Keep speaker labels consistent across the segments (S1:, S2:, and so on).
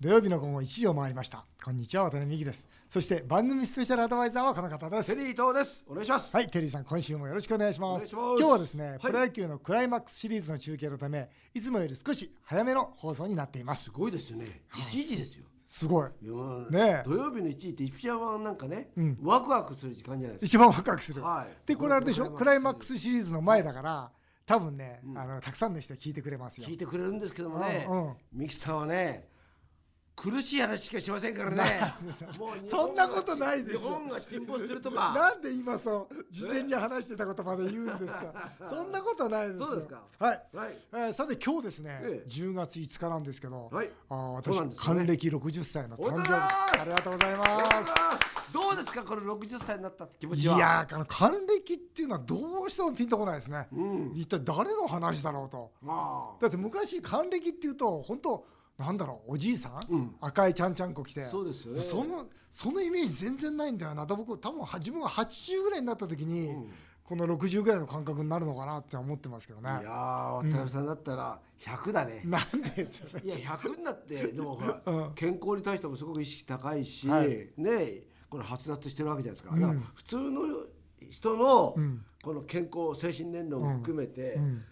S1: 土曜日の午後1時を回りましたこんにちは渡辺美希ですそして番組スペシャルアドバイザーはこの方です
S2: セリー東です。お願いします。。
S1: はいいテリーさん今週もよろしくお願いします
S2: お願いします
S1: 今日はですね、
S2: はい
S1: プロ野球のクライマックスシリーズの中継のためいつもより少し早めの放送になっています
S2: すごいですよね。一時ですよ。
S1: すごい
S2: いやー
S1: ねえ
S2: 土曜日の一時って一番なんかね、
S1: うん
S2: ワクワクする時間じゃないです
S1: 一番ワクワクする、
S2: か。はい。
S1: でこれあれでしょクライマック
S2: シ
S1: スシリーズの前だから多分ね、
S2: うん
S1: あのたくさんの人が聞いてくれます
S2: リー
S1: よ
S2: ズ聞いてくれるんですけどもね、
S1: うんうん
S2: ミキさんはね、苦しい話しかしませんからね。もう日本が
S1: そんなことないです
S2: 日本が沈没するとか。
S1: なんで今そう事前に話してたことまで言うんですか そんなことないですよ
S2: そうですか
S1: はい
S2: はい。
S1: えーさて今日ですね、
S2: ええ
S1: 10月5日なんですけど、
S2: はい
S1: あー
S2: そう
S1: 私、
S2: なんですよね
S1: 還暦60歳の誕生日あ
S2: おめ
S1: りがと
S2: で
S1: うござい
S2: ありがとう
S1: ま
S2: ご
S1: す
S2: ざいますどうですかこの六十歳になったって気持
S1: い
S2: ちは。
S1: やーあの還暦っていうのはどうしてもピンとこないですね、
S2: うん。
S1: 一体誰の話だろうと
S2: ああ。
S1: だって昔還暦っていうと本当なんだろうおじいさん、
S2: うん
S1: 赤いちゃんちゃんこ着て
S2: そうですよね。
S1: そのそのイメージ全然ないんだよなだ僕多分は自分が80ぐらいになった時に、
S2: うん
S1: この60ぐらいの感覚になるのかなって思ってますけどね
S2: いやー渡辺さんだったら100だね、
S1: なんでですよね
S2: いや100になってでもほら、
S1: うん
S2: 健康に対してもすごく意識高いし、
S1: はい
S2: ねこれはつらつしてるわけじゃないですか,、
S1: うん
S2: だから普通の人の
S1: うん
S2: この健康精神年齢も含め
S1: う
S2: て、やっ
S1: ん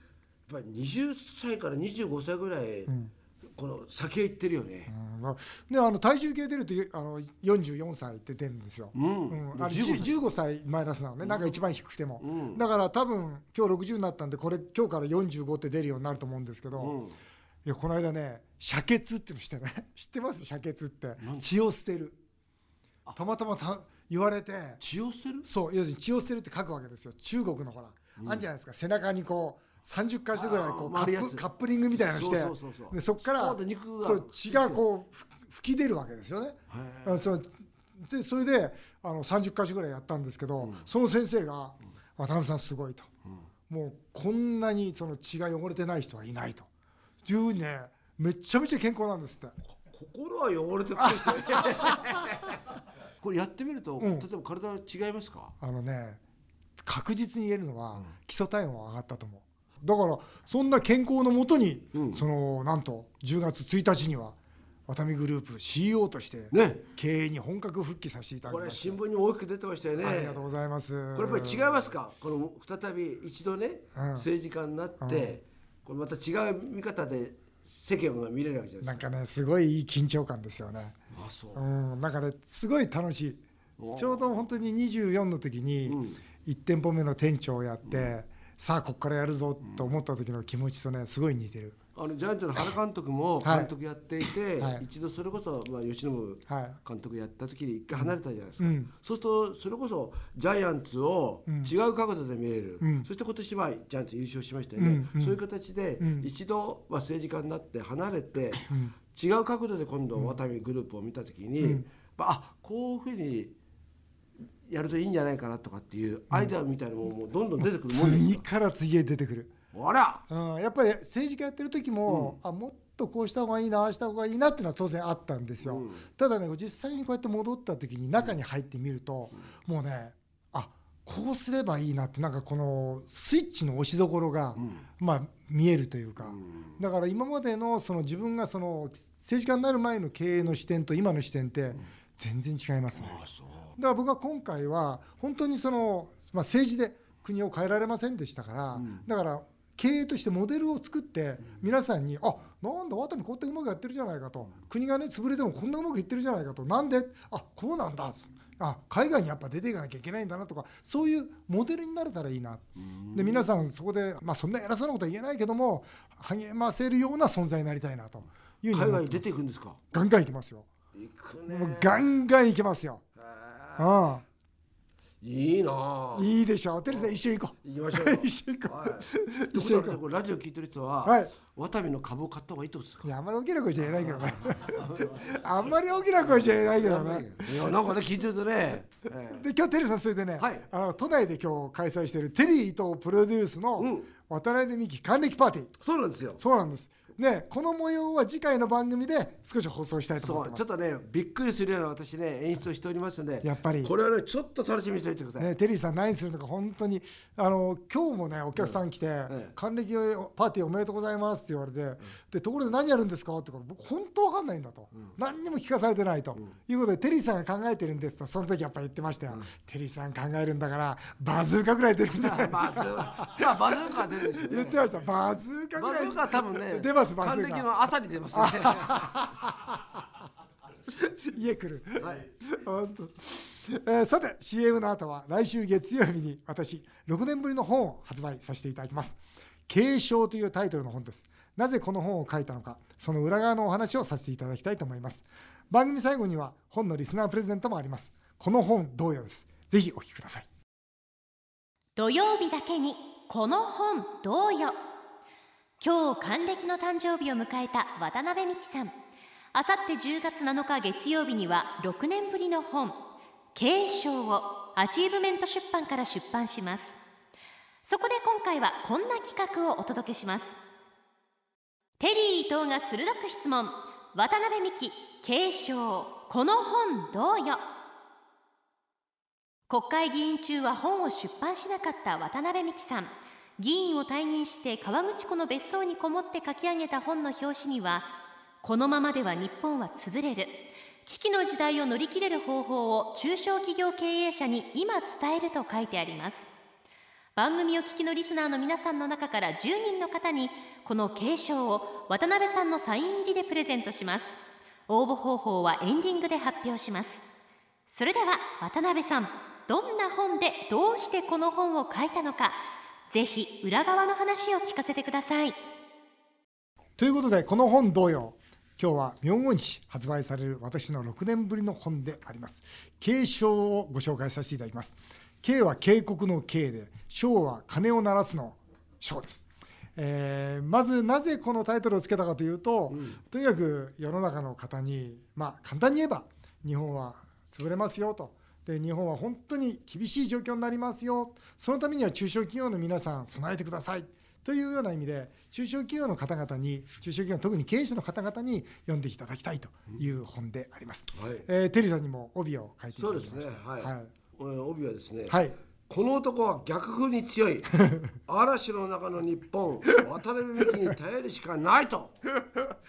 S2: ぱり20歳から25歳ぐらい、
S1: ん
S2: この先へ行ってるよね。
S1: うんまあね、あの体重計出るとあの44歳って出るんですよ、
S2: うん、
S1: うん
S2: で
S1: あれ
S2: 15歳
S1: 15, 歳マイナスなのね、なんか一番低くても、
S2: うん
S1: だから多分今日60になったんでこれ今日から45って出るようになると思うんですけど、
S2: うん
S1: いやこの間ね遮血っていうのしてね知ってます 遮血って血を捨てるたまたまた言われて
S2: 血を捨てる
S1: そう要するに血を捨てるって書くわけですよ中国のほら、あんじゃないですか背中にこう30回してぐらいこう
S2: あー
S1: カ
S2: 回るや
S1: ッ
S2: つ
S1: プカップリングみたいなのして
S2: そうそうそうそう
S1: でそっから
S2: スポーンと肉が
S1: そう血がこうふ吹き出るわけですよね。
S2: へ
S1: あそうでそれであの30か所ぐらいやったんですけど、その先生が「渡辺さんすごい」と、もうこんなにその血が汚れてない人はいないというねめちゃめちゃ健康なんですって。
S2: 心は汚れてる くせしてこれやってみると、
S1: ん
S2: 例えば体違いますか
S1: あのね確実に言えるのは、基礎体温は上がったと思うだからそんな健康のもとに、
S2: うん
S1: そのなんと10月1日にはワタミグループ CEO として
S2: ね
S1: 経営に本格復帰させていただき
S2: これ
S1: ました
S2: 新聞にも大きく出てましたよね。
S1: ありがとうございます
S2: これやっぱり違いますか、この再び一度ね、
S1: うん
S2: 政治家になって、これまた違う見方で世間が見れるわけじゃな
S1: ないん
S2: で
S1: かねすごいいい緊張感ですよね
S2: すか。あそう
S1: う。んなんかねすごい楽しい
S2: おー
S1: ちょうど本当に24の時
S2: う
S1: に
S2: ん
S1: 1店舗目の店長をやって、さあここからやるぞと思った時の気持ちとねすごい似てる
S2: あのジャイアンツの原監督も
S1: はい
S2: 監督やっていて、
S1: はい
S2: 一度それこそまあ吉信
S1: はい
S2: 監督やった時に一回離れたじゃないですか。
S1: うん
S2: そうするとそれこそジャイアンツを
S1: うん
S2: 違う角度で見れる、
S1: うん
S2: そして今年はジャイアンツ優勝しましたよね、
S1: うんうん
S2: そういう形で
S1: うん
S2: 一度まあ政治家になって離 れて、
S1: うん
S2: 違う角度で今度ワタミグループを見た時に、
S1: うん
S2: まああこういうふうにやるといいんじゃないかなとかっていうアイデアみたいなのももうどんどん出てくるもんです
S1: 次
S2: か
S1: から次へ出てくる、
S2: あら
S1: うん、やっぱり政治家やってる時も、あもっとこうした方がいいなああした方がいいなっていうのは当然あったんですよ、
S2: うん
S1: ただね実際にこうやって戻った時に中に入ってみると、もうねあこうすればいいなってなんかこのスイッチの押しどころが、
S2: うん
S1: まあ、見えるというか、
S2: うん
S1: だから今までのその自分がその政治家になる前の経営の視点と今の視点って全然違いますね。
S2: あそう
S1: だから僕は今回は本当にその、まあ、政治で国を変えられませんでしたから、
S2: うん
S1: だから経営としてモデルを作って皆さんに、あなんだワタミこうやってうまくやってるじゃないかと国がね潰れてもこんなうまくいってるじゃないかとなんであこうなんだあ海外にやっぱ出ていかなきゃいけないんだなとかそういうモデルになれたらいいなで皆さんそこで、まあ、そんな偉そうなことは言えないけども励ませるような存在になりたいなというふうに
S2: 海
S1: 思っ
S2: 外に
S1: て
S2: 出ていくんですか
S1: ガンガン行きますよ、
S2: 行くね
S1: もうガンガン行きますよ、
S2: へー
S1: うん、
S2: いいなあ
S1: いいでしょうテリーさん一緒に行こう
S2: 行きましょうよ
S1: 一緒に行こ
S2: は
S1: う、
S2: い、と
S1: 一
S2: いう
S1: 緒
S2: ことはこれラジオ聞いてる人は、
S1: はい
S2: ワタミの株を買った方がいいってことですか
S1: いやあんまり大きな声じゃ言えないけ どねあんまり大きな声じゃ言えないけどね
S2: いやなんかね聞いてるとね、ええ
S1: で今日テリーさんそれでね、
S2: はい
S1: あの都内で今日開催しているテリー伊藤プロデュース
S2: う
S1: の
S2: ん
S1: 渡辺美樹還暦パーティー
S2: そうなんですよ
S1: そうなんですね、この模様は次回の番組で少し放送したいと
S2: そ
S1: 思って
S2: う
S1: ま
S2: ちょ
S1: す
S2: っ。とねびっくりするような私ね演出をしておりますので
S1: やっぱり
S2: これはねちょっと楽しみにしておいてください、
S1: ね、テリーさん何するのか本当にあの今日もねお客さん来て
S2: ええ
S1: 「還暦パーティーおめでとうございます」って言われて、でところで何やるんですかって言うから僕本当わかんないんだと、何にも聞かされてないと、いうことでテリーさんが考えてるんですとその時やっぱ言ってましたよ、テリーさん考えるんだからバズーカぐらい出るんじゃないです
S2: バズ
S1: か
S2: ーまあバズーカは出るんですよ、ね、
S1: 言ってましたバズーカぐ
S2: バ
S1: ら
S2: ズ
S1: い
S2: ーカは多分ね
S1: 出ますバズーカ
S2: 還暦の朝に出ますね
S1: 家来る
S2: はい
S1: 本当えーさて CM の後は来週月曜日に私6年ぶりの本を発売させていただきます「継承」というタイトルの本ですなぜこの本を書いたのかその裏側のお話をさせていただきたいと思います番組最後には本のリスナープレゼントもありますこの本同様ですぜひお聞きください
S3: 土曜日だけにこの本どうよ今日還暦の誕生日を迎えた渡辺美樹さんあさって10月7日月曜日には6年ぶりの本「継承」をアチーブメント出版から出版しますそこで今回はこんな企画をお届けしますテリー伊藤が鋭く質問渡辺美樹継承この本どうよ国会議員中は本を出版しなかった渡辺美樹さん議員を退任して川口湖の別荘にこもって書き上げた本の表紙にはこのままでは日本は潰れる危機の時代を乗り切れる方法を中小企業経営者に今伝えると書いてあります番組を聞きのリスナーの皆さんの中から10人の方にこの継承を渡辺さんのサイン入りでプレゼントします応募方法はエンディングで発表しますそれでは渡辺さんどんな本でどうしてこの本を書いたのかぜひ裏側の話を聞かせてください
S1: ということでこの本同様今日は明後日発売される私の6年ぶりの本であります継承をご紹介させていただきます警は警告の警で章は鐘を鳴らすの章ですえーまずなぜこのタイトルをつけたかというと、とにかく世の中の方に、まあ、簡単に言えば日本は潰れますよとで日本は本当に厳しい状況になりますよそのためには中小企業の皆さん備えてくださいというような意味で中小企業の方々に中小企業特に経営者の方々に読んでいただきたいという本であります、
S2: はい
S1: えーテリーさんにも帯を書いていた
S2: そう
S1: だ
S2: で
S1: き
S2: す
S1: ま
S2: ね
S1: した
S2: はい、えー帯はですね、
S1: はい
S2: この男は逆風に 強い嵐の中の日本渡辺美樹に頼るしかないと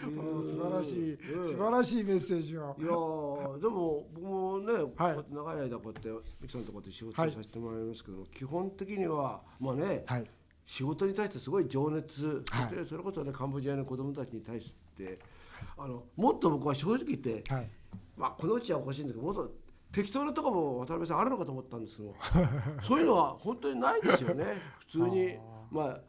S1: うん素晴らしい、
S2: うん
S1: 素晴らしいメッセージを
S2: いやーでも僕もね、こうやって長い間こうやって美樹さんとこうやって仕事をさせてもらいますけども、基本的にはまあね、
S1: はい
S2: 仕事に対してすごい情熱、
S1: はい
S2: そしてそれこそねカンボジアの子供たちに対してあのもっと僕は正直言って、
S1: はい
S2: まあ、このうちはおかしいんだけどもっと適当なとこも渡辺さんあるのかと思ったんですけどそういうのは本当にないですよね普通にまあ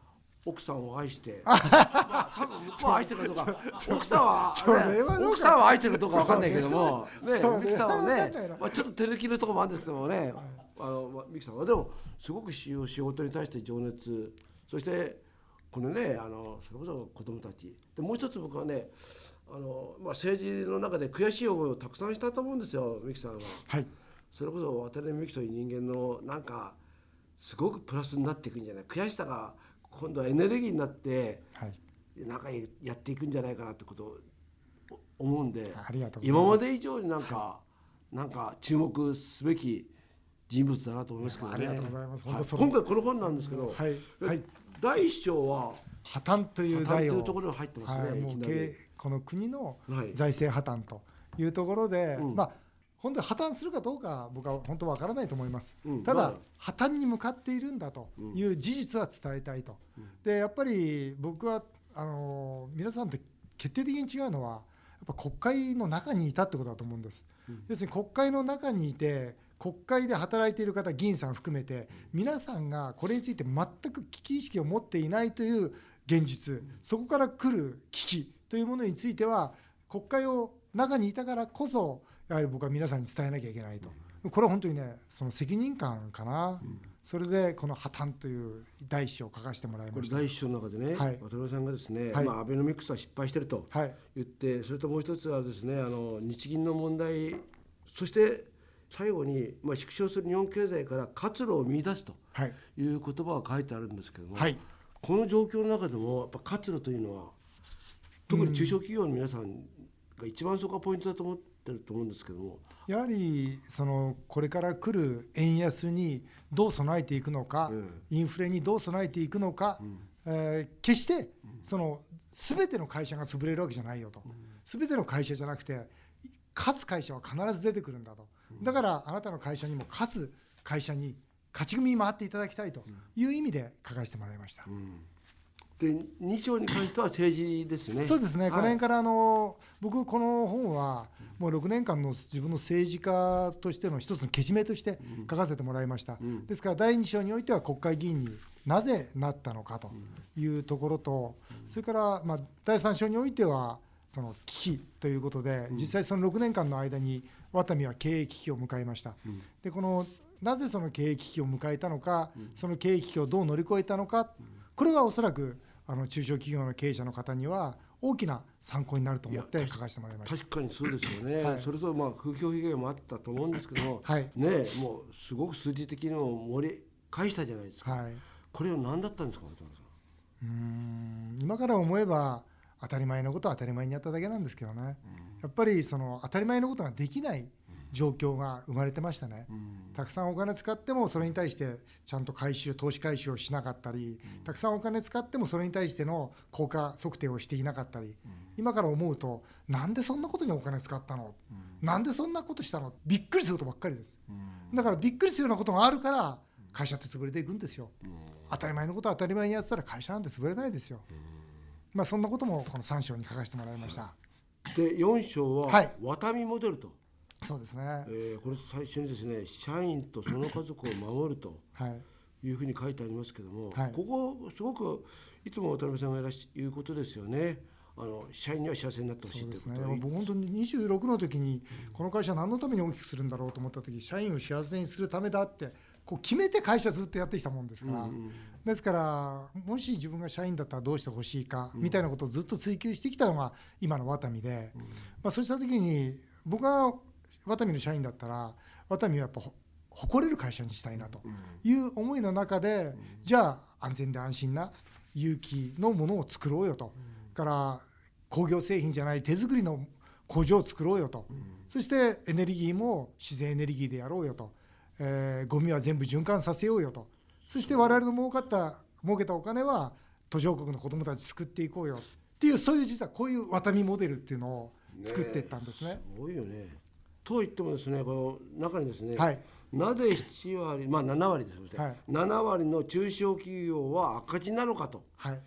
S2: 奥さんを愛して、まあ、多分向こうは愛してるかどうか奥さんは,、
S1: それはどうか
S2: 奥さんは愛してるかどうかわかんないけども、
S1: そ
S2: ね
S1: れは
S2: ミキさんは
S1: わか
S2: ね
S1: んないな、
S2: まあ、ちょっと手抜きのとこもあるんですけどもね、あのまあミキさんはでもすごく仕仕事に対して情熱そしてこのねあのそれこそ子供たちでもう一つ僕はねあの、まあ、政治の中で悔しい思いをたくさんしたと思うんですよミキさんは。
S1: はい
S2: それこそ渡辺美樹という人間のなんかすごくプラスになっていくんじゃない悔しさが今度はエネルギーになって
S1: はい
S2: なんかやっていくんじゃないかなってことをお思うんで
S1: ありがとうございます
S2: 今まで以上になんか、なんか注目すべき人物だなと思いますけどね。
S1: いやありがとうございます本当
S2: は
S1: それ
S2: 今回この本なんですけど、
S1: はいはい
S2: 第一章は
S1: 破綻という
S2: 破綻と
S1: 題
S2: い
S1: を
S2: うところに入ってますね。
S1: はい
S2: い
S1: も
S2: き
S1: う
S2: な
S1: 経営
S2: り
S1: この国の
S2: はい
S1: 財政破綻というところで、
S2: うん
S1: まあ本当に破綻するかどうか僕は本当わからないと思います、
S2: うん
S1: ただ、
S2: まあ
S1: 破綻に向かっているんだという事実は伝えたいと、でやっぱり僕はあの皆さんと決定的に違うのはやっぱ国会の中にいたってことだと思うんです、要するに国会の中にいて国会で働いている方議員さん含めて皆さんがこれについて全く危機意識を持っていないという現実そこから来る危機というものについては国会を中にいたからこそやはり僕は皆さんに伝えなきゃいけないとこれは本当にねその責任感かな、それでこの「破綻」という第一章を書かせてもらい
S2: こ
S1: ま
S2: れ
S1: した。
S2: 第一章の中でね、
S1: はい
S2: 渡辺さんがですね、
S1: はい
S2: まあアベノミクスは失敗してると、
S1: はい
S2: 言ってそれともう一つはですねあの日銀の問題そして最後に、まあ、縮小する日本経済から活路を見出すと
S1: はい
S2: いう言葉が書いてあるんですけども、
S1: はい
S2: この状況の中でもやっぱ活路というのは特に中小企業の皆さんが一番そこがポイントだと思ってると思うんですけども、
S1: やはりそのこれから来る円安にどう備えていくのか、
S2: うん
S1: インフレにどう備えていくのか、えー決してその全ての会社が潰れるわけじゃないよと、全ての会社じゃなくて勝つ会社は必ず出てくるんだと、だからあなたの会社にも勝つ会社に勝ち組に回っていただきたいという意味で書かせてもらいました。
S2: で2条に関しては政治ですね。
S1: そうですね、
S2: はい
S1: この辺からあの僕、この本はもう6年間の自分の政治家としての一つのけじめとして書かせてもらいました、
S2: うん
S1: ですから第2章においては国会議員になぜなったのかというところと、それからまあ第3章においては、その危機ということで、実際その6年間の間に、ワタミは経営危機を迎えました。でこのなぜその経営危機を迎えたのか、その経営危機をどう乗り越えたのか、これはおそらくあの中小企業の経営者の方には大きな参考になると思って
S2: いや
S1: 書かせてもらいました。
S2: 確かにそうですよね、
S1: はい
S2: それとまあ風評被害もあったと思うんですけども、
S1: はい
S2: ねえもうすごく数字的にも盛り返したじゃないですか、
S1: はい、
S2: これは何だったんですか渡辺さん
S1: うーん今から思えば当たり前のことは当たり前にやっただけなんですけどね、やっぱりその当たり前のことができない状況が生まれてましたね。たくさんお金使ってもそれに対してちゃんと回収投資回収をしなかったりたくさんお金使ってもそれに対しての効果測定をしていなかったり今から思うとなんでそんなことにお金使ったのなんでそんなことしたのびっくりすることばっかりですだからびっくりするようなことがあるから会社って潰れていくんですよ当たり前のことは当たり前にやってたら会社なんて潰れないですよまあそんなこともこの3章に書かせてもらいました
S2: で4章
S1: は
S2: はいワタミモデルと、
S1: そうですね
S2: えーこれ最初にですね社員とその家族を守ると
S1: はい
S2: いうふうに書いてありますけども、
S1: はい
S2: ここすごくいつも渡辺さんがいらっしゃいうことですよねあの社員には幸せになってほしい
S1: そう
S2: と
S1: で
S2: いう
S1: す
S2: こ
S1: ね
S2: とを、
S1: 僕本当に26の時にこの会社何のために大きくするんだろうと思った時社員を幸せにするためだってこう決めて会社ずっとやってきたもんですから、ですからもし自分が社員だったらどうしてほしいかみたいなことをずっと追求してきたのが今のワタミで、まあ、そうした時に僕がワタミの社員だったらワタミはやっぱほ誇れる会社にしたいなという思いの中で、じゃあ安全で安心な有機のものを作ろうよと、から工業製品じゃない手作りの工場を作ろうよと、そしてエネルギーも自然エネルギーでやろうよと、えーゴミは全部循環させようよとそして我々の儲かった儲けたお金は途上国の子どもたち救っていこうよっていうそういう実はこういうワタミモデルっていうのを作っていったんですね。
S2: すごいよね。と言ってもですね、この中にですね、
S1: はい
S2: なぜ7割、まあ7割ですよね、
S1: はい
S2: 7割の中小企業は赤字なのかと、
S1: はい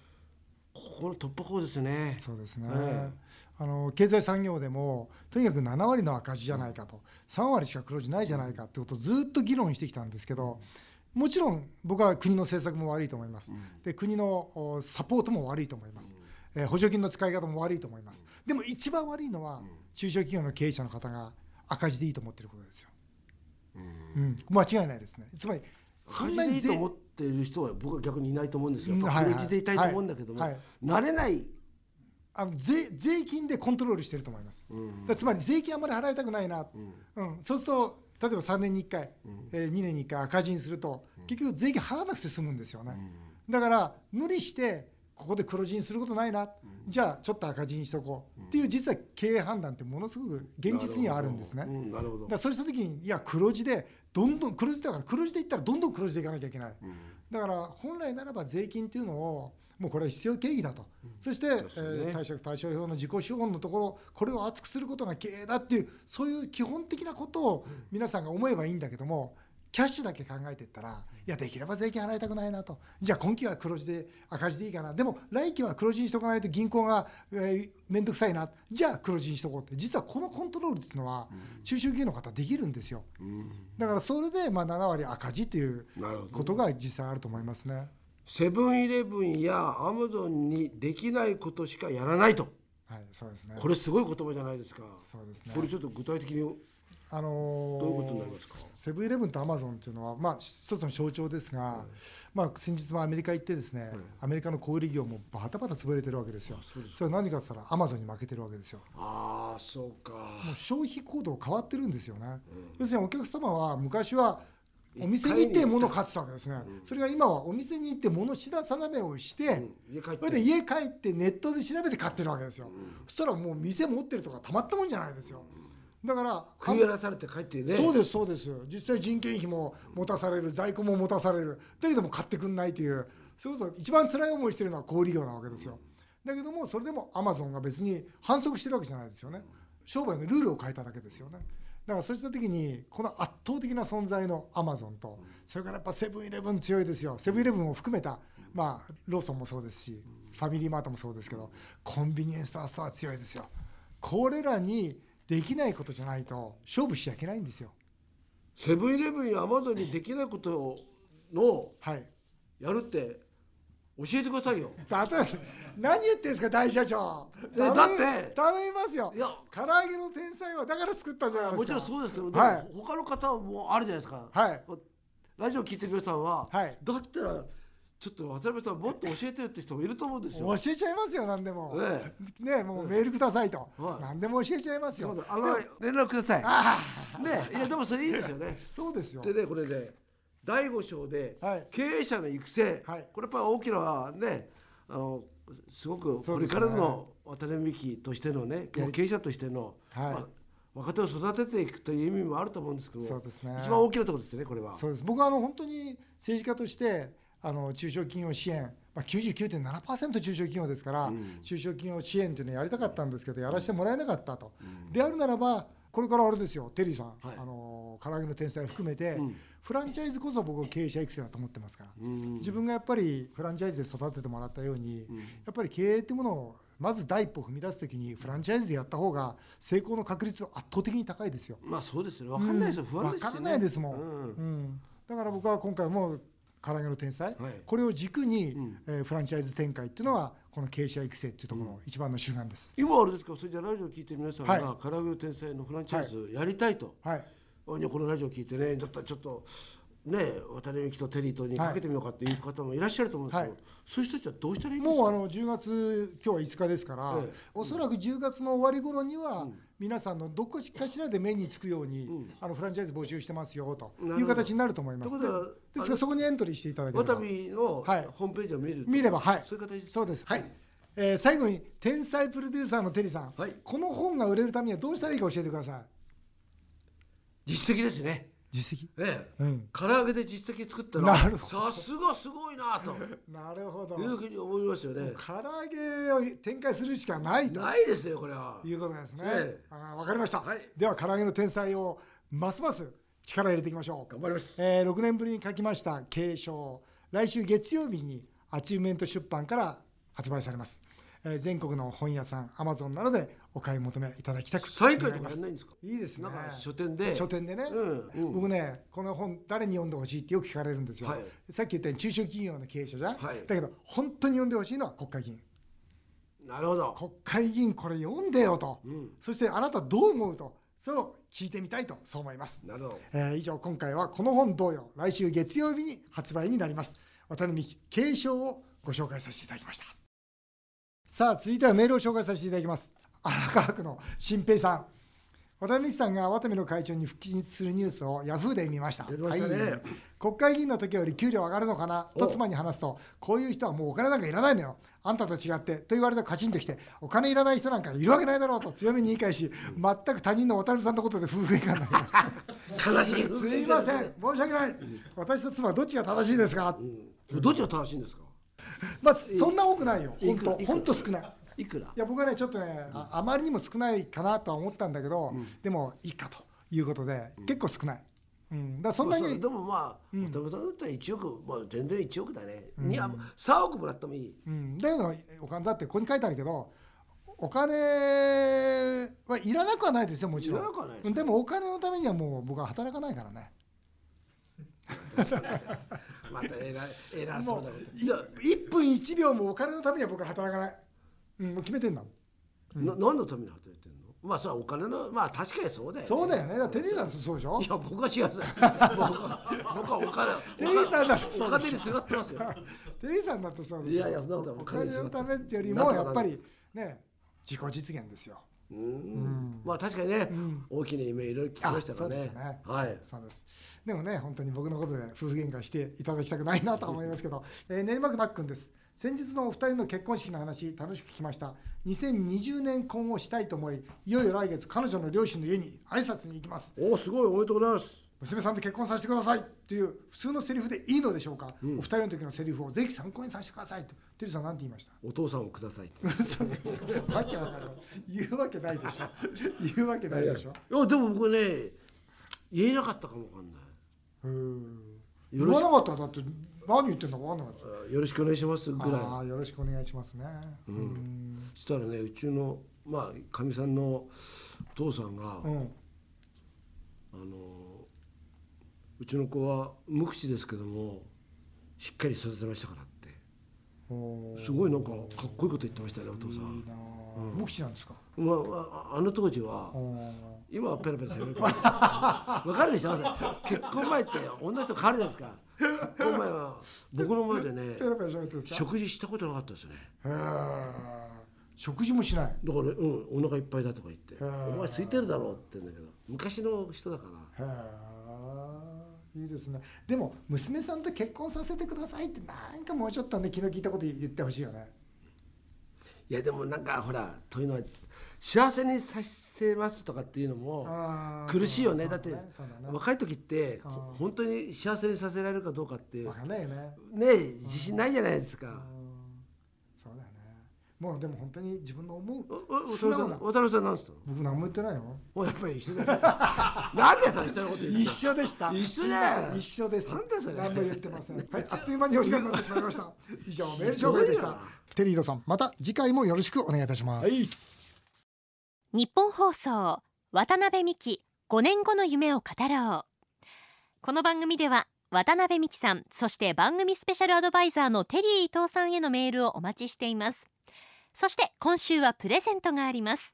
S2: ここの突破口ですね。
S1: そうですね、
S2: え
S1: あの経済産業でもとにかく7割の赤字じゃないかと3割しか黒字ないじゃないかってことをずっと議論してきたんですけどもちろん僕は国の政策も悪いと思いますで国のおサポートも悪いと思います、えー補助金の使い方も悪いと思いますでも一番悪いのは中小企業の経営者の方が赤字でいいと思ってることですよ、うん、間違いないですねつまりそ
S2: 赤
S1: ん
S2: 字
S1: な
S2: でい
S1: に
S2: いと
S1: 税
S2: 思っている人は僕は逆にいないと思うんですよ。
S1: うん
S2: やっぱ
S1: はいはい
S2: 黒字でいたいと思うんだけども、
S1: はいはい
S2: 慣れない。
S1: あの税税金でコントロールしてると思います、だからつまり税金あんまり払いたくないな、うんそうすると例えば3年に1回、え2年に1回赤字にすると、結局税金払わなくて済むんですよね、だから無理してここで黒字にすることないな、じゃあちょっと赤字にしとこう、っていう実は経営判断ってものすごく現実にはあるんですね、
S2: なるほどうんなるほ
S1: だ
S2: ど
S1: から。そうした時にいや黒字でどんどん黒字だから黒字でいったらどんどん黒字でいかなきゃいけない、だから本来ならば税金っていうのをもうこれは必要経費だと、そして、
S2: うですよね
S1: えー貸借対照表の自己資本のところこれを厚くすることが経営だっていうそういう基本的なことを皆さんが思えばいいんだけどもキャッシュだけ考えていったらいやできれば税金払いたくないなとじゃあ今期は黒字で赤字でいいかなでも来期は黒字にしとかないと銀行が面倒くさいなじゃあ黒字にしとこうって実はこのコントロールっていうのは中小企業の方できるんですよだからそれでまあ7割赤字っていう
S2: なるほど
S1: ことが実際あると思いますね。
S2: セブンイレブンやアマゾンにできないことしかやらないと。
S1: はい、そうですね。
S2: これすごい言葉じゃないですか。
S1: そうですね
S2: これちょっと具体的にど
S1: あのー
S2: ういうことになりますか。
S1: セブンイレブンとアマゾンというのは、まあ、一つの象徴ですが、まあ、先日もアメリカ行ってですね、アメリカの小売業もバタバタ潰れてるわけですよ。それは何かって言ったらアマゾンに負けてるわけですよ。
S2: ああ、そうか。
S1: もう消費行動変わってるんですよね、要するにお客様は昔はお店に行って物を買ってたわけですね、それが今はお店に行って物品定めをして、
S2: うん家帰っ
S1: それで
S2: て
S1: 家帰ってネットで調べて買ってるわけですよ、そしたらもう店持ってるとかたまったもんじゃないですよだから
S2: 食い荒らされて帰ってね
S1: そうですそうです実際人件費も持たされる在庫も持たされるだけども買ってくんないというそれこそ一番辛い思いしてるのは小売業なわけですよだけどもそれでもアマゾンが別に反則してるわけじゃないですよね商売のルールを変えただけですよねだからそうした時にこの圧倒的な存在のアマゾンとそれからやっぱセブンイレブン強いですよセブンイレブンを含めたまあローソンもそうですしファミリーマートもそうですけどコンビニエンスストア強いですよこれらにできないことじゃないと勝負しちゃいけないんですよ。
S2: セブンイレブンやアマゾンにできないことをの
S1: はい。
S2: やるって教えてくださいよ
S1: だって何言ってんですか大社長。
S2: えだって
S1: 頼みますよ。
S2: いや
S1: 唐揚げの天才はだから作ったじゃないです
S2: もち
S1: か。
S2: ろんそうですよ、
S1: はい
S2: でも他の方もあるじゃないですか、
S1: はい
S2: ラジオ聞いてる皆さんは、
S1: はい
S2: だったらちょっと渡辺さんもっと教えてよって人もいると思うんですよ
S1: 教えちゃいますよ何でも。
S2: ね
S1: ねもうメールくださいと、
S2: はい
S1: 何でも教えちゃいます
S2: すい
S1: よ。
S2: ませんあの連絡くださいねいやでもそれいいですよね
S1: そうですよ。
S2: でねこれね第5章で
S1: はい
S2: 経営者の育成、
S1: はい
S2: これやっぱり大きなねあのすごく
S1: そ
S2: こ
S1: う
S2: れ
S1: ですね
S2: からの渡辺美樹としてのね
S1: やり
S2: 経営者としての、
S1: はい
S2: まあ若手を育てていくという意味もあると思うんですけど
S1: そうですね
S2: 一番大きなところですよねこれは。
S1: そうです僕はあの本当に政治家としてあの中小企業支援、まあ、99.7%中小企業ですから、中小企業支援というのをやりたかったんですけどやらせてもらえなかったと、であるならばこれからあれですよテリーさん、
S2: はい
S1: あの唐揚げの天才含めて、
S2: うん
S1: フランチャイズこそ僕は経営者育成だと思ってますから、
S2: うん
S1: 自分がやっぱりフランチャイズで育ててもらったように、
S2: ん
S1: やっぱり経営ってものをまず第一歩踏み出すときにフランチャイズでやった方が成功の確率は圧倒的に高いですよ。
S2: まあそうですね。わかんないですよ。不安ですよ
S1: わ
S2: ね。
S1: かんないですもん、
S2: う
S1: うんだから僕は今回も唐揚げの天才、
S2: はい
S1: これを軸に、
S2: ん
S1: えーフランチャイズ展開っていうのはこの経営者育成っていうところの一番の主眼です、
S2: 今あれですか。それじゃあラジオ聞いてる皆さんが、
S1: は
S2: 唐揚げの天才のフランチャイズやりたいと。
S1: はい
S2: あいやこのラジオ聞いてね、だったらちょっと。ね、渡辺美樹とテリーとにかけてみようかっていう方もいらっしゃると思うんですけど、
S1: はい
S2: そういう人たちはどうしたらいいんですか
S1: もうあの10月今日は5日ですから、
S2: ええ
S1: おそらく10月の終わり頃には、皆さんのどこかしらで目につくように、あのフランチャイズ募集してますよと
S2: なるほ
S1: い
S2: ど
S1: う形になると思いま
S2: とい
S1: す。
S2: う
S1: で
S2: ことは
S1: ですからそこにエントリーしていただけれ
S2: 渡
S1: ば
S2: 辺のホ
S1: はい
S2: ームページを見ると
S1: 見ればはい
S2: そういう形です
S1: そうですはい、えー最後に天才プロデューサーのテリーさん、
S2: はい
S1: この本が売れるためにはどうしたらいいか教えてください。
S2: 実績ですね
S1: 実績
S2: ええ、
S1: うん
S2: 唐揚げで実績作った
S1: な
S2: ら
S1: るほ
S2: さすがすごいなとい
S1: なるほど。
S2: うふうに思いますよね
S1: 唐揚げを展開するしかないと
S2: ないですねこれは
S1: いうことですね
S2: ええ。
S1: あーわ、かりました、
S2: はい
S1: では唐揚げの天才をますます力入れていきましょう。
S2: 頑張ります
S1: えー、6年ぶりに書きました継承来週月曜日にアチューメント出版から発売されます、えー、全国の本屋さんアマゾンなどでお買い求めいただきたく
S2: 再開と
S1: 願
S2: かや
S1: い
S2: ん
S1: ま
S2: ないんですか
S1: いいですね
S2: なんか書店で
S1: 書店でね、
S2: うんうん
S1: 僕ねこの本誰に読んでほしいってよく聞かれるんですよ、
S2: はい
S1: さっき言ったように中小企業の経営者じゃん、
S2: はい
S1: だけど本当に読んでほしいのは国会議員
S2: なるほど
S1: 国会議員これ読んでよと、
S2: うん
S1: そしてあなたどう思うとそれを聞いてみたいとそう思います
S2: なるほど
S1: えー以上今回はこの本同様来週月曜日に発売になります渡辺美希継承をご紹介させていただきましたさあ続いてはメールを紹介させていただきます荒川区の新平さん渡辺美希さんが渡辺の会長に復帰するニュースをヤフーで見ました
S2: 出てましたね
S1: はい国会議員の時より給料上がるのかなと妻に話すとこういう人はもうお金なんかいらないのよあんたと違ってと言われてカチンときてお金いらない人なんかいるわけないだろうと強めに言い返し全く他人の渡辺さんのことで夫婦喧嘩になりました
S2: 正しい
S1: すいません、申し訳ない。私と妻どっちが正しいですか。
S2: うん、どっちが正しいんですか
S1: まあそんな多くないよ。本当
S2: いくらいくら
S1: 本当少ない。
S2: いくら
S1: いや僕はねちょっとねああまりにも少ないかなとは思ったんだけど、でもいいかということで結構少ない。うん。だからそんな
S2: まあそう
S1: に
S2: でもまあ渡辺さんだったら1億、まあ、全然1億だね、いや3億もらってもいい
S1: うん、だけどお金だってここに書いてあるけどお金はいらなくはないですよもちろん
S2: いらなくはないです
S1: うんでもお金のためにはもう僕は働かないからね
S2: また 偉い偉そ
S1: も
S2: うなこ
S1: う
S2: と
S1: い
S2: じゃあ
S1: 1分1秒もお金のためには僕は働かない、うん、もう決めてんだもん
S2: な何のために働いてるのまあそれはお金のまあ確かにそうだよ、ね、
S1: そうだよねだからテリーさんそうでしょ
S2: いや僕は違う僕は僕はお金
S1: テリーさんだってそうでしょ
S2: お金にすがってますよ
S1: テリーさんだってそうです
S2: いやいやそんなことは
S1: お
S2: お金
S1: 金
S2: ですよ
S1: のためってよりもやっぱりね自己実現ですよ、
S2: うんまあ確かにね、
S1: ん
S2: 大きな夢いろいろ聞きましたからね
S1: あそうでしたね
S2: はい
S1: そうですでもね本当に僕のことで夫婦喧嘩していただきたくないなと思いますけど、 えー、練馬区なっくんです先日のお二人の結婚式の話楽しく聞きました2020年婚をしたいと思いいよいよ来月彼女の両親の家に挨拶に行きます
S2: おおすごいおめでとうございます
S1: 娘さんと結婚させてくださいという普通のセリフでいいのでしょうか、お二人の時のセリフをぜひ参考にさせてくださいとテリーさん何て言いました
S2: お父さんをください って
S1: 嘘でわけわかんない言うわけないでしょ言うわけないでしょ
S2: いやでも僕ね言えなかったかもわかんない
S1: うん
S2: よ
S1: 言
S2: ろ
S1: わ
S2: しく
S1: なかったらだって何言ってんだかわかんなかった
S2: あよろしくお願いしますぐらい
S1: ああよろしくお願いしますね。うん。
S2: そしたらねうちのまあかみさんのお父さんが、
S1: う
S2: あ
S1: ん。
S2: のうちの子は無口ですけどもしっかり育てましたからって
S1: おー
S2: すごいなんかかっこいいこと言ってましたねお父さ
S1: いい
S2: ん、
S1: なあ。目視なんですか。
S2: まあまあ、あの当時は
S1: おー
S2: 今はペラペラされるけど わかるでしょ結婚前って女と変わるじゃないですか結婚前は僕の前でね
S1: ペラペラ喋ってるんですか。
S2: 食事したことなかったですね
S1: へえ食事もしない。
S2: だから、うん、お腹いっぱいだとか言って「
S1: へー
S2: お前空いてるだろ」って言うんだけど昔の人だから
S1: へえ。いいですね。でも娘さんと結婚させてくださいってなんかもうちょっとね気の利いたこと言ってほしいよね。
S2: いやでもなんかほらというのは幸せにさせますとかっていうのも
S1: あー
S2: 苦しいよね
S1: そう
S2: だって
S1: そうだねわ
S2: 若い時って
S1: あー
S2: ほ本当に幸せにさせられるかどうかっていう
S1: かんないよね。
S2: ね自信ないじゃないですか
S1: うんそうだよね。もうでも本当に自分の思
S2: おお
S1: う素
S2: 渡辺さ
S1: 直
S2: ん
S1: な。
S2: 渡辺さんなんですか
S1: 僕何も言ってないよ。
S2: もうやっぱり一緒 だよなんでその人のこと言うの
S1: 一緒でした。
S2: 一緒だよ
S1: 一緒です。
S2: なんだそれ
S1: 何も言ってません。はい、あっという間にお時間になってしまいました。以上、メール紹介でし
S2: すごい
S1: た
S2: な。
S1: テリードさん、また次回もよろしくお願いいたします。
S2: はい
S3: 日本放送渡辺美希5年後の夢を語ろうこの番組では渡辺美希さんそして番組スペシャルアドバイザーのテリー伊藤さんへのメールをお待ちしていますそして今週はプレゼントがあります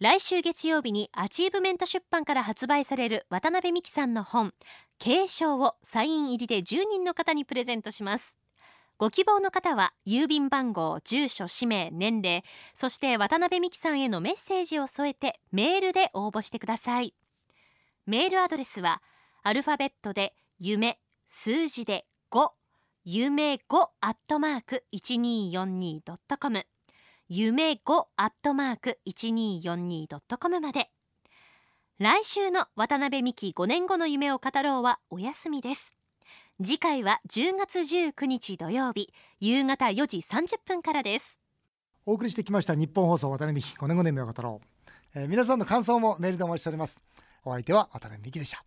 S3: 来週月曜日にアチーブメント出版から発売される渡辺美希さんの本継承をサイン入りで10人の方にプレゼントしますご希望の方は郵便番号住所氏名年齢そして渡辺美希さんへのメッセージを添えてメールで応募してくださいメールアドレスはアルファベットで夢数字で5夢5アットマーク 1242.com 夢5アットマーク 1242.com まで来週の渡辺美希5年後の夢を語ろうはお休みです次回は10月19日土曜日夕方4時30分からです
S1: お送りしてきました日本放送渡辺美希5年5年目を語ろう、えー皆さんの感想もメールでお待ちしておりますお相手は渡辺美希でした